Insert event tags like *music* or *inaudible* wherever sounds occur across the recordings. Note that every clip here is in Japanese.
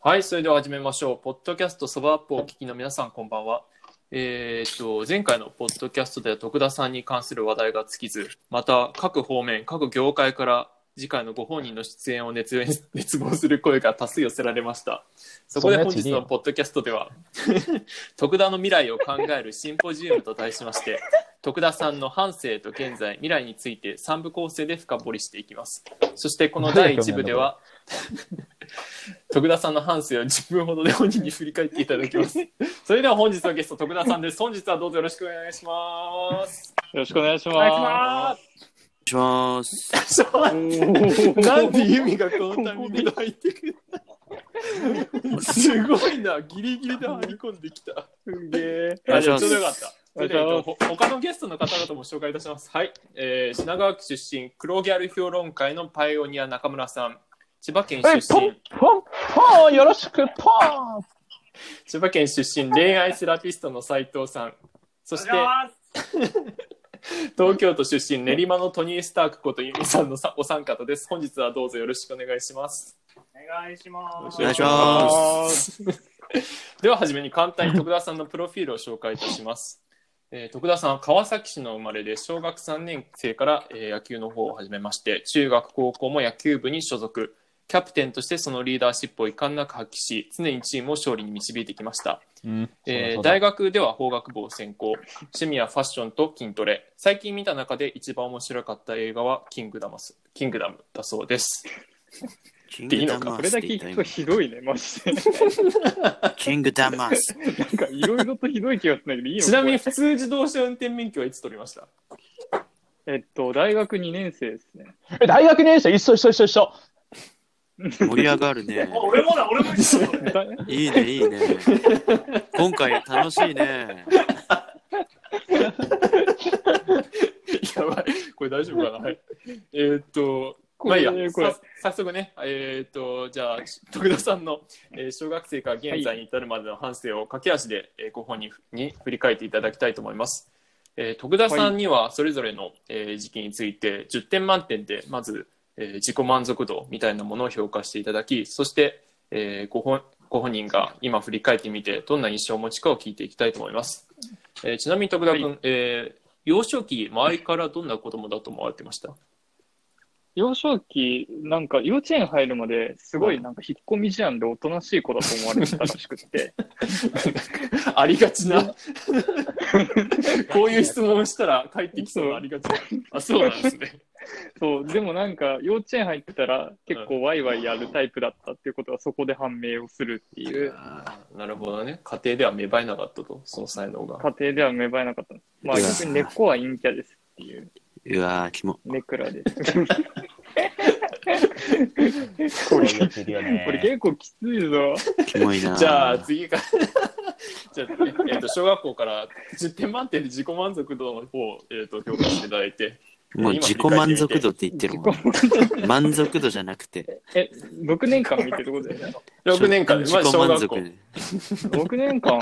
はい、それでは始めましょう。ポッドキャストそばアップをお聞きの皆さん、こんばんは。えーっと、前回のポッドキャストでは徳田さんに関する話題が尽きず、また各方面、各業界から次回のご本人の出演を熱演 *laughs* 熱望する声が多数寄せられました。そこで本日のポッドキャストでは、 *laughs* 徳田の未来を考えるシンポジウムと題しまして、徳田さんの半生と現在、未来について3部構成で深掘りしていきます。そしてこの第1部では、 *laughs* 徳田さんの半生を10分ほどで本人に振り返っていただきます。それでは本日のゲスト、徳田さんです。本日はどうぞよろしくお願いします。よろしくお願いしおまします。す。なんでユミがこのタイミングで入ってくるすごいな、ギリギリで入り込んできた。す。すげえ。いや、でもちょうどよかった。おでえ願いしますっとほ他のゲストの方々も紹介いたします。はい。えー品川区出身、黒ギャル評論会のパイオニア中村さん。千葉県出え、ポン身、、ポン、ポン、よろしく、ポン。。千葉県出身、恋愛セラピストの斉藤さん。そして、東京都出身、練馬のトニー・スタークことユミさんのさお三方です。本日はどうぞよろしくお願いします。お願いしまお願いしますでは、はじめに簡単に徳田さんのプロフィールを紹介いたします。えー徳田さんは川崎市の生まれで、小学3年生から、えー野球の方を始めまして、中学、高校も野球部に所属。キャプテンとしてそのリーダーシップを遺憾なく発揮し、常にチームを勝利に導いてきました。うん、えーそうだ大学では法学部を専攻趣味はファッションと筋トレ最近見た中で一番面白かった映画はキングダムスキングダムだそうですキンいいグのダかマそーれスだっけて聞言くっとたひどいね、マジ *laughs* で。今キングダマース。なんかいろいろとひどい気がするんだけど、いいのちなみにこ普通自動車運転免許はいつ取りましたれえっと、大学2年生ですね。え、大学年生一緒一緒一緒一緒。盛り上がるね *laughs* す。。俺もだ、俺も一緒だ。 *laughs* だいいね、いいね。今回楽しいね。 *laughs* やばいこれ大丈夫かな、はい、 *laughs* えーっとこまあいいれ、やこれさ、早速ねえーっとじゃあ徳田さんの、えー小学生から現在に至るまでの反省を駆け足で、えーご本人に振り返っていただきたいと思います、えー徳田さんにはそれぞれの、えー時期について10点満点でまず、えー自己満足度みたいなものを評価していただきそして、えーご本ご本人が今振り返ってみてどんな印象をお持ちかを聞いていきたいと思います、えーちなみに徳田君、えー幼少期周りからどんな子供だと思われてました *laughs* 幼少期、なんか幼稚園入るまですごいなんか引っ込み思案でおとなしい子だと思われてたらしく *laughs* って、ありが *laughs* ちな。こういう質問をしたら帰ってきそうなありがちな。あ、そうなんですね。そう、でもなんか幼稚園入ったら結構ワイワイやるタイプだったっていうことはそこで判明をするっていう。なるほどね。家庭では芽生えなかったと、その才能が。家庭では芽生えなかったんです。まあうわ逆に根っこは陰キャですっていう、うわー、キモ。ネクラです。これ言ってるよこれ。結構きついぞ。キモいな。じゃあ次から。 *laughs* じゃあ、えっと小学校から10点満点で自己満足度の方を、えっと評価していただいて。もう自己満足度って言ってるもん。満足度じゃなくて。え、6年間見てることだよね。 6年間で、ま自あ、己小満学校足。。ね6年間。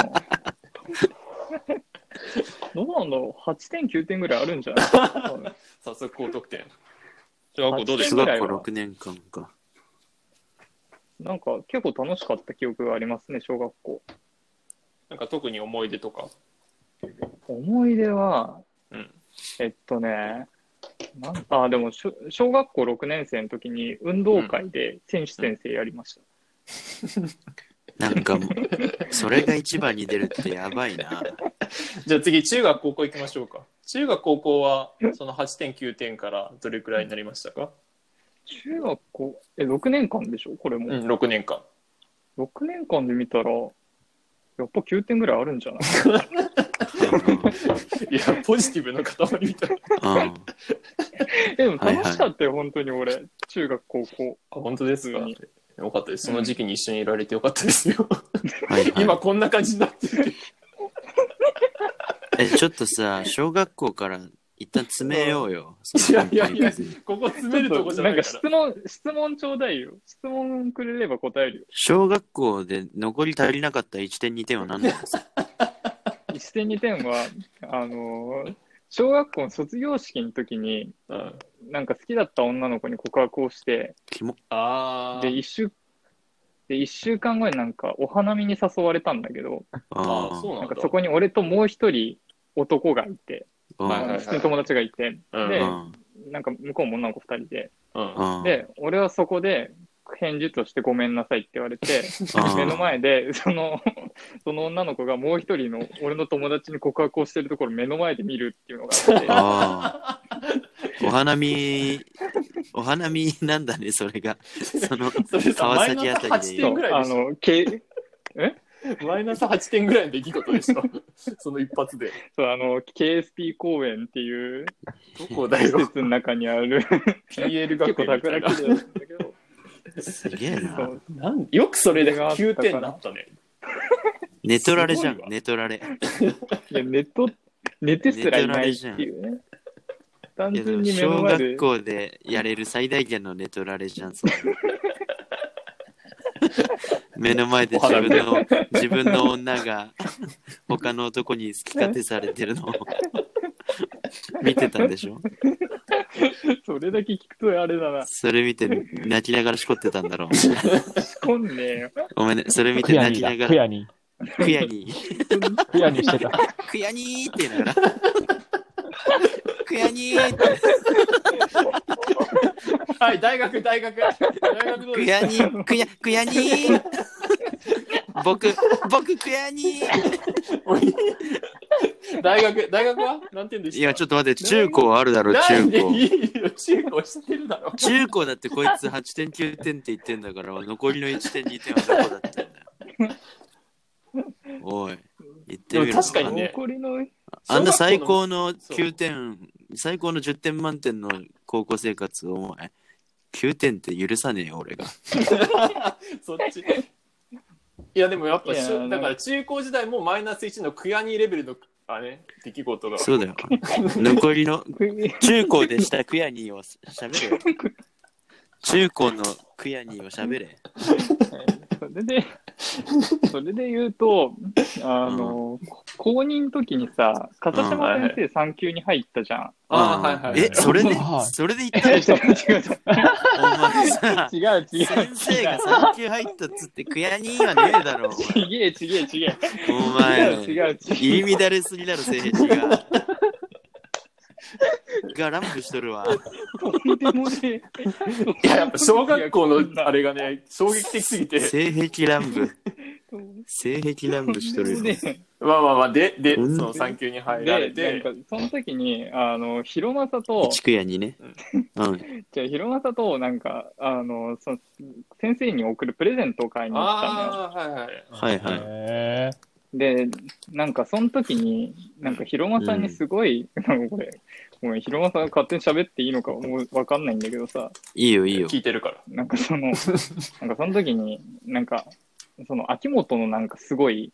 どうなんだろう ?8 点、9点ぐらいあるんじゃない早速高得点。小学校どうでし小た8学校6年間か。なんか結構楽しかった記憶がありますね、小学校。なんか特に思い出とか。思い出は、うんえっとね、なんあ、でもしょ、小学校6年生の時に運動会で選手先生やりました。なんかもう、それが一番に出るってやばいな。じゃあ次、中学、高校行きましょうか。中学、高校は、その8点、9点からどれくらいになりましたか中学校、え、6年間でしょこれも。うん、6年間。 6年間で見たら、やっぱ9点ぐらいあるんじゃないいや、ポジティブの塊みたいな。うんうん。え *laughs* でも楽しかったよ、本当に俺。中学、高校。あ、本当ですかうんよかったです。その時期に一緒にいられてよかったですよ。はいはい今こんな感じになってる。え、ちょっとさ、小学校から一旦詰めようよ。いやいやいやそのここ詰めるとこじゃななんいかか質ら。問、質問ちょうだいよ。質問くれれば答えるよ。小学校で残り足りなかった1点2点は何なんですか1点2点は、あのー小学校の卒業式の時に、うん、なんか好きだった女の子に告白をして、キモあで、一週、で、1週間後になんかお花見に誘われたんだけど、 *laughs* ああ、あそうななんんかだ。そこに俺ともう一人男がいて、あ、はいあはいの普通の友達がいて、うんでうんなんか向こうも女の子2人で、うん。うんで、俺はそこで返事としてごめんなさいって言われて、あー目の前で、 *laughs* その、その女の子がもう一人の俺の友達に告白をしてるところ目の前で見るっていうのがあっああ。お花見、お花見なんだね、それが。その、それさ、川マイ崎ナあスた8りて、で点ぐそうらいあでしの、けょ。 *laughs* マイナス8点ぐらいの出来事でしょ。 *laughs* その一発で。そうあの KSP 公園っていうどこだ施 *laughs* よ。設の中にある、 PL 結学構園みた桜いな綺麗だったんだけど、すげえそな。うなんよくそれで9点なったね。寝取られじゃんすごい、わ寝取られ。いや寝と寝てすらいないっていうね。単いやで純もに目の小前で学、校でやれる最大限の寝取られじゃん、それ目の前で自分の自分の女が他の男に好き勝手されてるのを見てたんでしょ *laughs* それだけ聞くとあれだな、それ見て泣きながらしこってたんだろう。仕込んねえよ。ごめんね、それ見クてヤ泣ニきーだ、ながクら、ヤニクヤに、ー。クヤニーしてた。クヤにーって言いながら、クヤにーって、はい、大学、大学。大学どうクですヤにー、クヤ、クヤにー僕、僕、クヤにー大学、大学は何点でしたいや、ちょっと待って、中高あるだろ、中なんで *laughs* 高。いいよ、中高知ってるだろ。中高だってこいつ8点9点って言ってんだから、残りの1点2点はどこだったんだよ。おい、言ってみろ。確かにね残りのあんな最高の9点、最高の10点満点の高校生活をお前、9点って許さねえよ、俺が。そっち。いや、でもやっぱ、いやしゅなだんかから中高時代もマイナス1のクヤニーレベルの、あね、出来事が。そうだよ。残りの中高でしたクヤニーをしゃべれよ。中高のクヤニーをしゃべれ。そ *laughs* れで、それで言うと、あの、公認の時にさ、風島先生産級に入ったじゃ *laughs* ん。あーはいはいはいえ、それではい、それで言っ違うた違うお前さ。違う違う違う。先生が産級入ったっつってクヤニーはねえだろちげえちげえちげえ。お前お違う違う前違う。入り乱れすぎだろ性癖ががランプしとるわとんでもねいや、やっぱ小学校のあれがね、衝撃的すぎて。性癖乱舞え。性癖乱舞しとるよで、まあまあまあ、で、で、そうんの産級に入られでて、なんかその時に、あの、広政と、一クヤにねうんじゃあ広政と、なんか、あの、その先生に送るプレゼントを買いに行ったのよ。ああ、はいはい。はいはいへで、なんかその時に、なんか広間さんにすごい、なんかこれ、ごめん、広間さんが勝手に喋っていいのかもうわかんないんだけどさ、いいよいいよ聞いてるから。なん *laughs* かその、なんかその時に、なんか、その秋元のなんかすごい、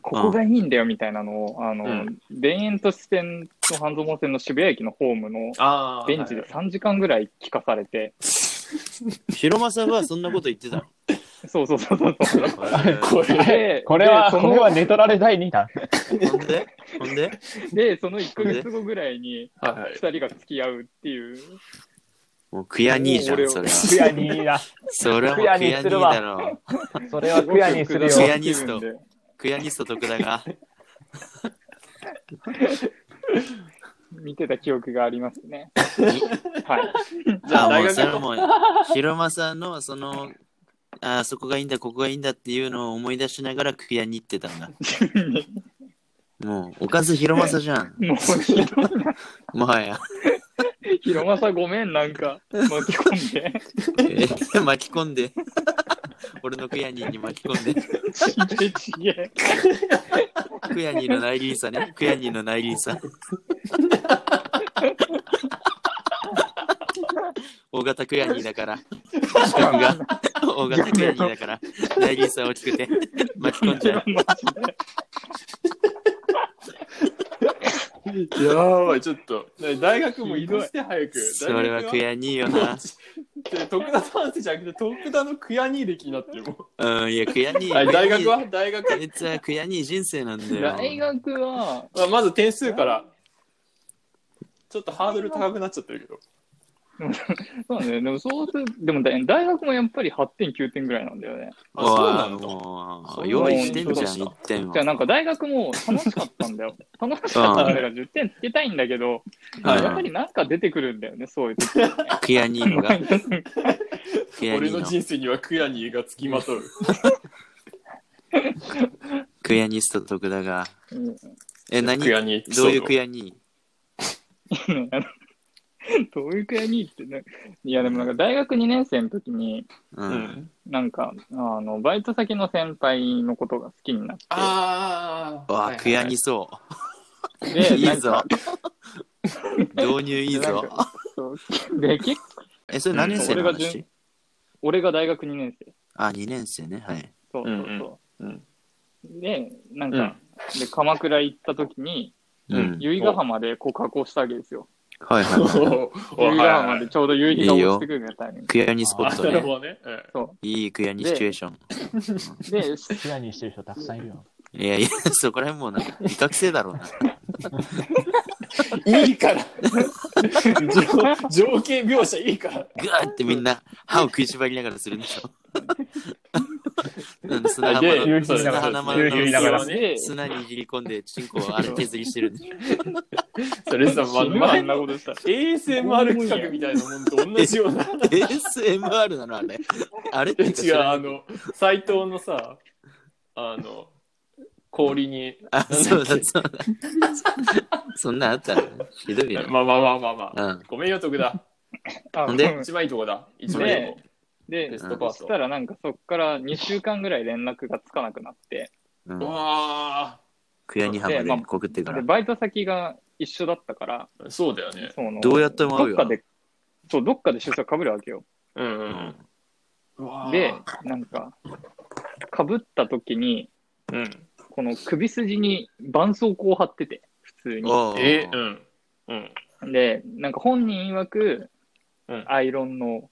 ここがいいんだよみたいなのを、あの、うん田園都市線と半蔵門線の渋谷駅のホームのああ。ベンチではい3時間ぐらい聞かされて、広政はそんなこと言ってたのそうそうそうそう *laughs* そう。はいこれ、え。これは、でそのこれは寝取られ第2弾。ほんでほんでで、その1ヶ月後ぐらいに、はいはい2。人が付き合うっていう。もうクヤニーじゃんそれはクヤニーだ。それはもうクヤニーだろそれはクヤニーするよす。ごく気分でクヤニスト徳田が見てた記憶がありますね。はい。じゃあ、あ大もう学それのも広間さんのそのあそこがいいんだここがいいんだっていうのを思い出しながらクヤに行ってた *laughs* んだもうおかず広間さんじゃんもうひどいな、もはやひろまさごめん、なんか、巻き込んで。え巻き込んで俺のクヤニに巻き込んでちげえちげえ。クヤニの内輪差ねクヤニの内輪差大型クヤニだから四角が大型クヤニだから内輪差大きくて巻き込んじゃうマジやばい、ちょっと。大学も移動して早く。それはクヤニよなで徳田さんってじゃなくて徳田のクヤニー歴になってるもんうん、いや、クヤニあ大学は大学はあいつはクヤニ人生なんだよ。大学は、まあまず点数からちょっとハードル高くなっちゃってるけどそうね。でも、そうする、でも大大学もやっぱり8点、9点ぐらいなんだよね。あ、そうなんだ。だそうなんだ用意してんじゃん、そうなん1だ点はじゃあなんか大学も楽しかったんだ *laughs* よ。楽しかったんだから10点つけたいんだけど、はいやっぱりなんか出てくるんだよね、そういう時。クヤニ *laughs* ーノが。クヤニ俺ーのノ。人生にはクヤニーがつきまとう。クヤニスト徳田が。うんえ、何クヤニーエピソード。どういうクヤニあの *laughs* どういうくらいにってね。いや、でもなんか大学2年生の時に、う。うんん。なんか、あの、バイト先の先輩のことが好きになって。ああ。わあ、クヤニスそでう。いないんぞか。 *laughs* 導入いいぞなん。かそうで、結構、え、それ何年生のうん俺が話順俺が大学2年生。あ、2年生ね。はい。そうそうそう。うんうんで、なんか、で、鎌倉行った時に、ううんん。由比ヶ浜で告白をしたわけですよ。はいはいおは。由比おヶは浜いでちょうど夕日が落ちてくるみたいないクヤニスポあッなトるね。ほどね。うんいいクヤニシチュエーション。で、しピアニーしてる人たくさんいるよ。いやいや、そこら辺もうなんか、威嚇性だろうな。 *laughs* いいから。情情景描写いいから。ぐわーってみんな歯を食いしばりながらするんでし *laughs* ょ。うん砂浜夕日の見ながら砂浜夕日見ながらのね。砂に握り込んで、チンコを荒削りしてるんでしょ。それさ、ま死ぬわあ前んなのことしたら。 ASMR 企画みたいなもんと同じよ *laughs* うな。 *laughs* ASMR なのあれあれっていうか違う、あの、斎藤のさ、あの、氷に、あ、そうだ、そうだ。そんなんあったのひどいよ。まあまあまあまあまあ。うん。ごめんよ、徳田。あでうん一番いいとこだ。一番いいとでこ。、ベで、ストパそーしトた。らなんかそっから2週間ぐらい連絡がつかなくなって、うんうわクヤニハマでまあで告ってかで、ら。バイト先が一緒だったから、ーそうだよね。そのどうやってもど会うっよかで、そう、どっかで出社かぶるわけよ。うんううんんうん。うわーで、なんか、かぶった時に、うん。この首筋に絆創膏を貼ってて、普通に。おうえ、うん。うん。で、なんか本人曰くうん、アイロンの、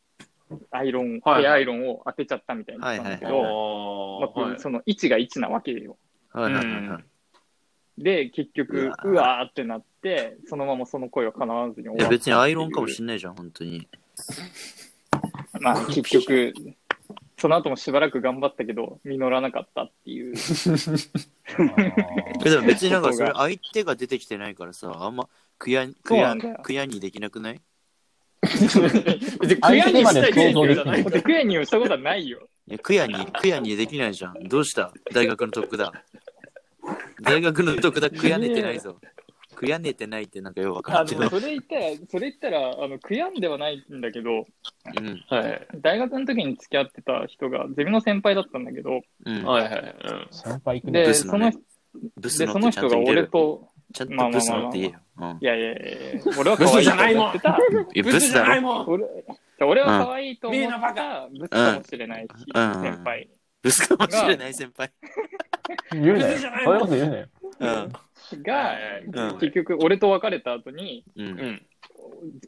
アイロン、はいヘアアイロンを当てちゃったみたいに言ってたんだけあはあいど、はまあはいその位置が位置なわけよ。はいはいはいはい。で、結局、ううわわーーってなって、そのままその声は叶わずにい終やわっ別にアイロンかもしんないじゃん、本当に。た。まあ、結局、その後もしばらく頑張ったけど、実らなかったっていう。えでも別になんかそれ相手が出てきてないからさ、あんまクヤクそうなヤんだよクヤにできなくない別に悔やみしたい選挙じゃないで、クエニをしたことはないよ。いやクヤにクヤにできないじゃん。どうした大学の特だ。大学の特だ、クヤねてないぞ。クヤねてないってなんかよくわかあんないの、それ言ったら、それ言ったら、あの、悔やんではないんだけど、けど。うん。はい大学の時に付き合ってた人が、ゼミの先輩だったんだけど、うん。はいはい。うん先輩行くで、ブね。スそののね人、ブスで、のそっのてち人ゃんとが入れ俺る。と、ちゃんとブスのって言えよ。うん。いやいやいや、俺は可ブ愛スいじとゃない思もっんてた。いやブス *laughs* だろ。ろ俺俺は可愛いと思ったら、ブスかもしれないし、うん先輩。ブスかもしれない先輩。言うなよ。ブスじゃないそういうこと言うなよ。うん。が、うん結局、俺と別れた後に、うん。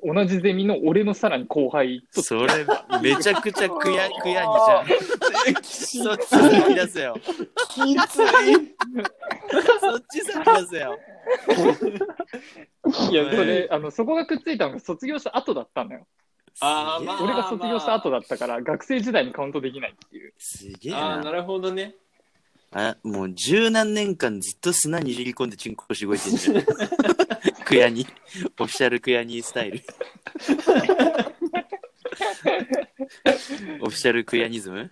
同じゼミの俺のさらに後輩と、それ、めちゃくちゃ *laughs* クヤクヤにじゃん。そっち先出せよ。そっち先出せよ。いや、それ、あの、そこがくっついたのが卒業した後だったのよ。あーまあ俺が卒業した後だったから、学生時代にカウントできないっていう。すげえああ、なな。るほど *laughs* ね。あ、もう十何年間ずっと砂に入り込んでチンコしごいてるじゃん。クヤに、オフィシャルクヤにスタイル。オフィシャルクヤニズム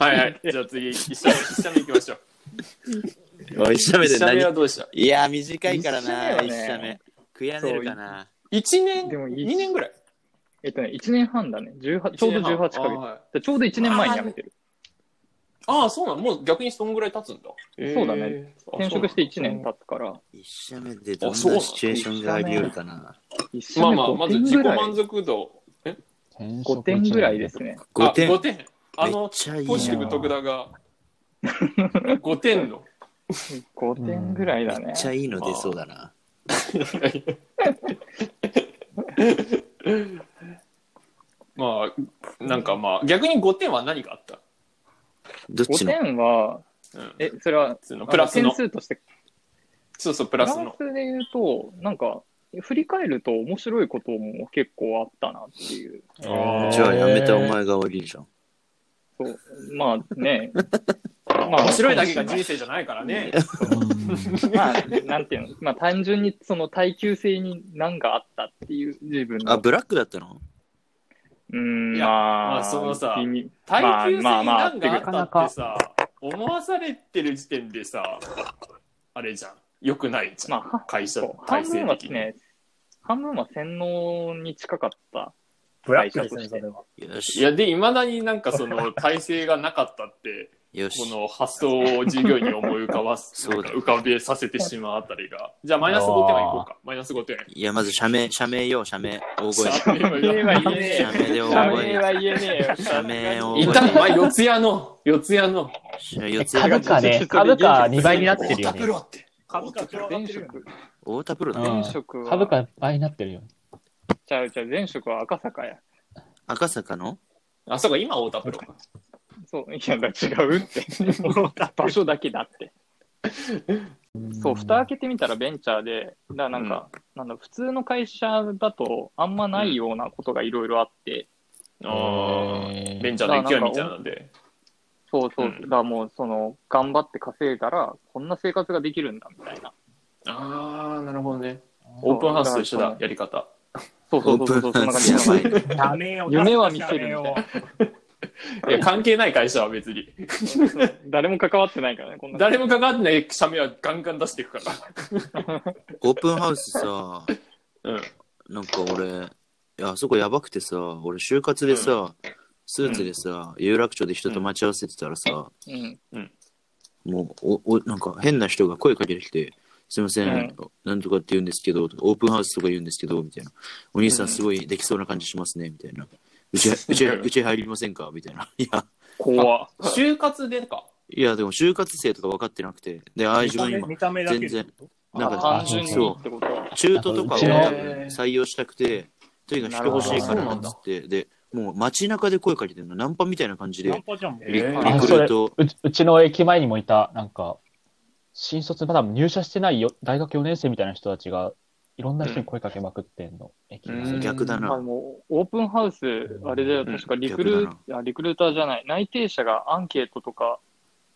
はいはい。じゃあ次、一社目、一社目行きましょう。おい、一社目で一社目は何どうでしたいや、短いからな、一社目は一ね社目。クヤねるかな。 ?1 年、でもいい2年ぐらい。えっとね、1年半だね。18ちょうど18ヶ月。あーはいでちょうど1年前に辞めてる。あー、そうなのもう逆にそんぐらい経つんだ。そうだね。転職して1年経つから、一社目でどんあなそうなのシチュエーションがあり得るかな。 1てま社あ目まあ、ま5ず点自ぐ己らい、満足度。え5点ぐらいですね。 5点。あ5点。あめっの、ちゃいいポジティなブ徳田 *laughs* が、5点の。 5点ぐらいだめねっ。ちゃいいの出そうだな。まあ、なんかまあ、逆に5点は何があったどっ5ちの点は、うんえ、それは普通のプラスの点数として、そうそう、ププラスの。で言うと、なんか、振り返ると面白いことも結構あったなっていう。あーじゃあやめてお前が悪いじゃん。そうま *laughs* あね。ま面白いだけが人生じゃないからね。まあ、なんていうの、ま *laughs* あ単純にその耐久性に何があったっていう自分の。あ、ブラックだったのうん、いやまあ、まあそのさ気に耐久性まなあんまがああったってさ、思わされてる時点でさ、あれじゃん。良くないじゃん。まあ、は会社そう半体制分は的に。ね、半分は洗脳に近かった。ブラックですね、それは。よいし。や、で、いまだになんかそ *laughs* の体制がなかったって、よこし。の発想を授業に思い浮かば *laughs* す、そうだなんか浮かべさせてしまうあたりが。じゃあ、マイナス5点はいこうか。マイナス5点。いや、まず社名、社名よ、社名。大声。社名でダ大メ声。は言えねえよ。社名をいた、お前、四谷の、四谷の、四つ谷株価ね、株価2倍になってるよ *laughs* ねプ。ロって。株 *laughs* 価上がっ前てるよ職、太田プロだう。ん前職は、株価いっぱいになってるよ。ちゃうちゃう、前職は赤坂や。赤坂のあ、そうか、今、太田プロか。そう、いや、だ違う *laughs* って。場所だけだって。そう、蓋開けてみたらベンチャーで、だからなんか、なんだ普通の会社だとあんまないようなことがいろいろあって、あえー *laughs* ーベンチャーの勢いみたいなんで。そうそう、うんだからもう、その、頑張って稼いだら、こんな生活ができるんだみたいな。あー、なるほどね。オープンハウスと一緒だ、やり方。そうそうそうそう、そんな感じオー *laughs* プンハのウダメよ。 *laughs* 夢は見せるみたいなダメよいや、関係ない会社は別に。誰も関わってないからね、こんな。誰も関わってない社名はガンガン出していくかオープンハウスさ、ら。うん。なんか俺、いや、あそこやばくてさ、俺、就活でさ、スーツでさ、有楽町で人と待ち合わせてたらさ、うん。もう、お、お、なんか変な人が声かけてきて、すいません、うんなんとかって言うんですけど、とかオープンハウスとか言うんですけど、みたいな。お兄さうんんすごいできそうな感じしますね、みたいな。*laughs* うち、うち、うち入りませんかみたいな。いや、怖 *laughs* 就活でか。いや、でも就活生とか分かってなくて、で、ああ、自分今、見た目だけ全然、なんなんかか単純にそうってことは。中途とかを多分へー採用したくて、とにかく人欲しいからっつって、で、もう街中で声かけてるの、ナンパみたいな感じで、ナンリパじゃん。えーあクそルれート、うちうちの駅前にもいた、なんか、新卒、まだ入社してないよ大学4年生みたいな人たちが、いろんな人に声かけまくってんの、駅前うん逆だあな。のオープンハウス、あれだよ、うん確かリクル,、逆あリクルーターじゃない、内定者がアンケートとか、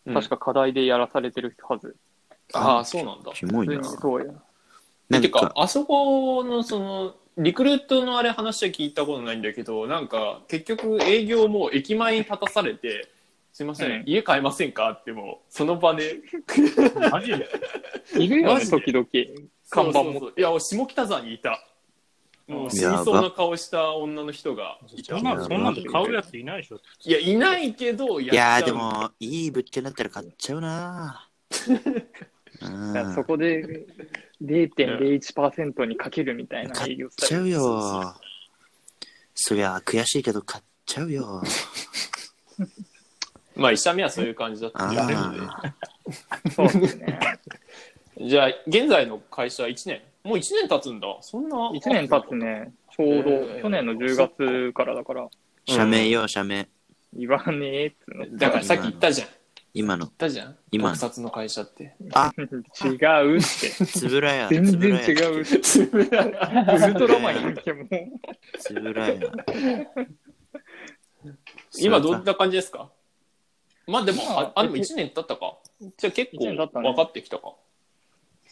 確か。か課題でやらされてるはず。ああ、そうなんだ。キモい普通なに。そうや。なんてかか、、あそこのその、リクルートのあれ話は聞いたことないんだけど、なんか、結局営業も駅前に立たされて、すいません、うん家買えませんかってもう、その場で、マジでいるよマね、ジ時々。看板もそうそうそういや、俺下北沢にいた。もう死にそうな顔した女の人がいた。そんなの、そんなの買うやついないでしょ。いや、いないけど、いいやーで。も、いい物件だったら買っちゃ *laughs* うなーうんだからそこで0.01%にかけるみたいな買営っ業スちタゃイル。うよそりゃ悔しいけど買っちゃうよまあ、一社目はそういう感じだったあんであそうですね。じゃあ、現在の会社1年。もう1年経つんだ。そんな。 1年経つね、ちょうえーど、去年の10月からだから、社名よ社名言わねえっつうの。だからさっき言ったじゃん。言 *laughs* 今のったじゃん。今特撮の会社って。違うって。つぶらや全つぶ然らや違うって。ウルトラマンやんけ、もう。つぶらや今どそれんな感じですかまあでも、あ、あでもえ1年経ったか。じゃあ結一年経った構ね分かってきたか。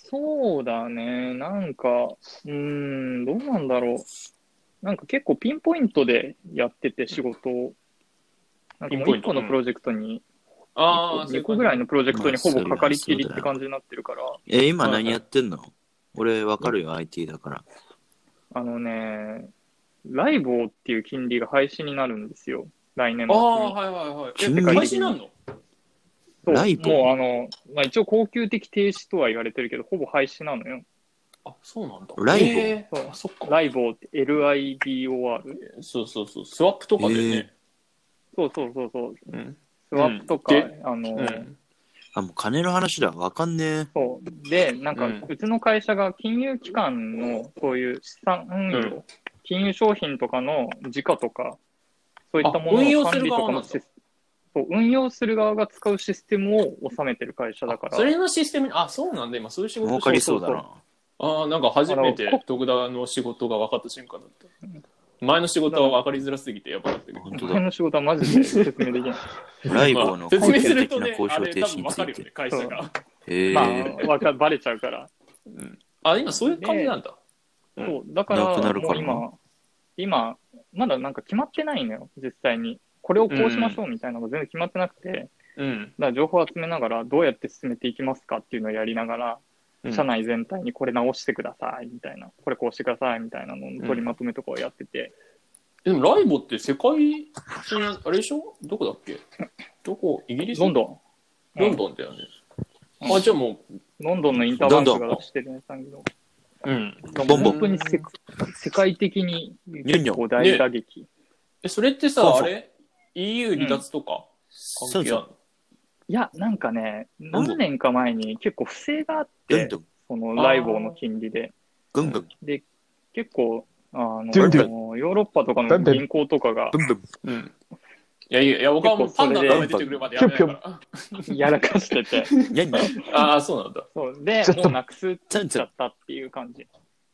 そうだね、なんか、うーん、どうなんだろう。なんか結構ピンポイントでやってて仕事を。なんかもうピンポイ1ント個のプロジェクトに、ああ、 2個ぐらいの。のプロジェクトにほぼかかりっきりっまてあそうだよ感じになってるから、え今何やってんの俺わかるよ IT だからあのね、ライボーっていう金利が廃止になるんですよ。来年あ末あ、に。はいはいはい。金え、利会社なんのそうライボーもうあの、まあ、一応恒久的停止とは言われてるけど、ほぼ廃止なのよ。あ、そうなんだ。ライボえーそうあ、そっか。ライボーって LIBOR。そうそうそう。スワップとかでね。そうそうそうそう。うん。スワップとか、うんあの、うん。あもう金の話だわかんねそう。で、なんか、うんうちの会社が金融機関の、そういう資産運用、うん金融商品とかの時価とか、そういったもあ運の用をす管る理と側かなんのだシスそう運用する側が使うシステムを収めてる会社だから、それのシステムに、あ、そうなんだ。今そういう仕え事し儲てかるりそうだなああ、なんか初めて徳田の仕事が分かった瞬間だった。前の仕事は分かりづらすぎてやばかったけど。本当前だ。の仕事はマジで説明できない。ライボーのま恒あ説明す久る的となね、交あ渉れ停多止分に分つかるいよねて。、会社が。えまー、あ、わかバレちゃうから。あ、今そういう感じなんだ。うんそう、だから、なくなるからなもう今、今、まだなんか決まってないのよ、実際に。これをこうしましょうみたいなのが全然決まってなくて、だかうん。ら情報を集めながら、どうやって進めていきますかっていうのをやりながら、うん社内全体にこれ直してくださいみたいな、これこうしてくださいみたいなのの取りまとめとかをやってて、でもライボって世界、そういうあれでしょどこだっけどこイギリスロンドン。ロンドンだよね。あ、じゃあもン。ロンドンのインターバンクロンがドンしてるんだけど、う、うん。ボンボン本当にせ世界的に結構ニュンニョン大打撃。え、それってさ、そうそうあれ ?EU 離脱とか、そう関係あそるのう。いや、なんかね、ん何年か前に結構不正があっどんてど、ん、そのライボーの金利で、ぐんぐん、で、結構、あの、ドゥンドゥンヨーロッパとかの銀行とかがぶんぶん。 *laughs* うん。いやいや、いや僕はもう結パ構ンそダのためれで出てくるまでやめないから。やらかしてて、にゃんにゃん、ああ、そうなんだ。そうでちょっ、ともうなくすっちゃんちちゃゃんっ。たっていう感じ。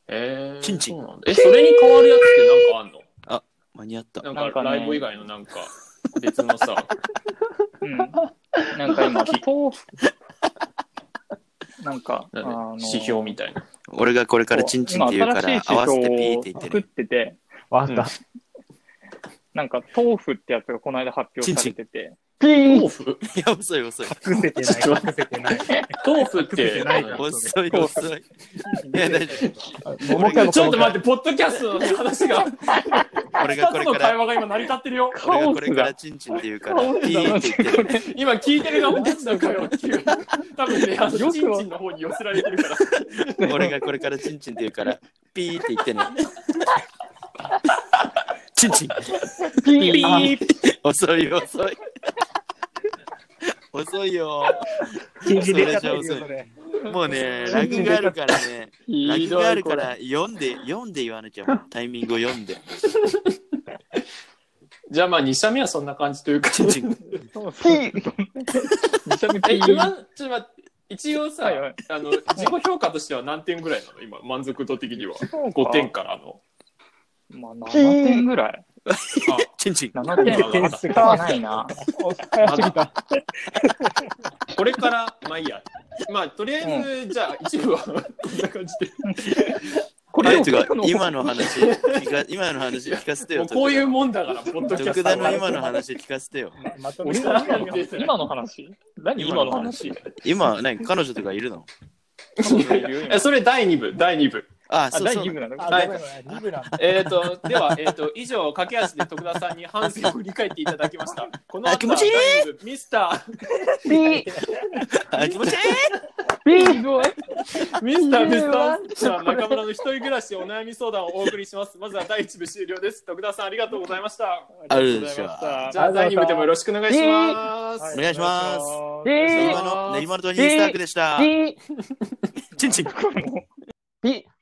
えー、チンチンそうなんだえ、それに変わるやつってなんかあんの間に合った。なんかなんかねライブ以外のなんか別のさ、うん。なんか今、豆腐、なんか、あなんだの、指標みたいな。俺がこれからチンチンって言うかそう今ら、合新わしいせてピー指って言標を作って *laughs* っる。てて、わかった。なんか、豆腐ってやつがこの間発表されてて、ピー豆腐いや、遅い遅い。隠せてない、隠せてない。豆腐っ隠しててないから遅い遅い。いや、大丈夫。もう一回もう一回ちょっと待って、ポッドキャストの話が、俺がこ2れつの会から、話が今成り立ってるよ。俺がこれからチンチンって言 *laughs* うから、ピーって言ってる。今聞いてる側もたちの会話っていう。多分ね、あの、よくチわンチンの方に寄せられてるから。俺がこれからチンチンって言うから、ピーって言ってね。チンチン、ピーあ遅いよ遅い。遅いよ。チンチン出ちゃってるよ、それ。もうね、ラグがあるからね。ラひグどがあいるこかれ。ら、読んで、読んで言わなきゃ、タイミングを読んで。じゃあまあ、2社目はそんな感じというか。チンチン。そうそうめちゃめちゃえ、いい今、ちょっと待って。一応さ、はいはいあの、自己評価としては何点ぐらいなの今、満足度的には。5点からの。まあ、7点ぐらい。あチンチン。 7点は点高くないな。早すぎた。これから、まあいいや。まあ、とりあえず、じゃあ、一部はこんな感じこあれいをつが書くの今の話聞か、今の話聞かせてで。もよ。うこういうもんだから、ポッドキャスト徳田のは。今の話聞かせてよ。 *laughs* ままとめ俺ての今の話今の話何今の話。 *laughs* い今、何彼女とかいるのやいやえそれ第2部、第2部。あ、あ、そう第そう2。部なのあ、はいごめんごめん二部なんだ。えっ、と、では、えっ、と、以上、駆け足で徳田さんに反省を振り返っていただきました。この後はあ気持ちいい第二部ミスタピーあ、気持ちいいピーすごいー、ミスター、ミスター、ミスター中村の一人暮らしお悩み相談をお送りします。まずは第一部終了です。徳田さん、ありがとうございました。あるでしょ。じゃあ、第二部でもよろしくお願いします。お願いしますはピいー啊練馬の練馬のトニー・スタークでした。ピーチンチン。ピー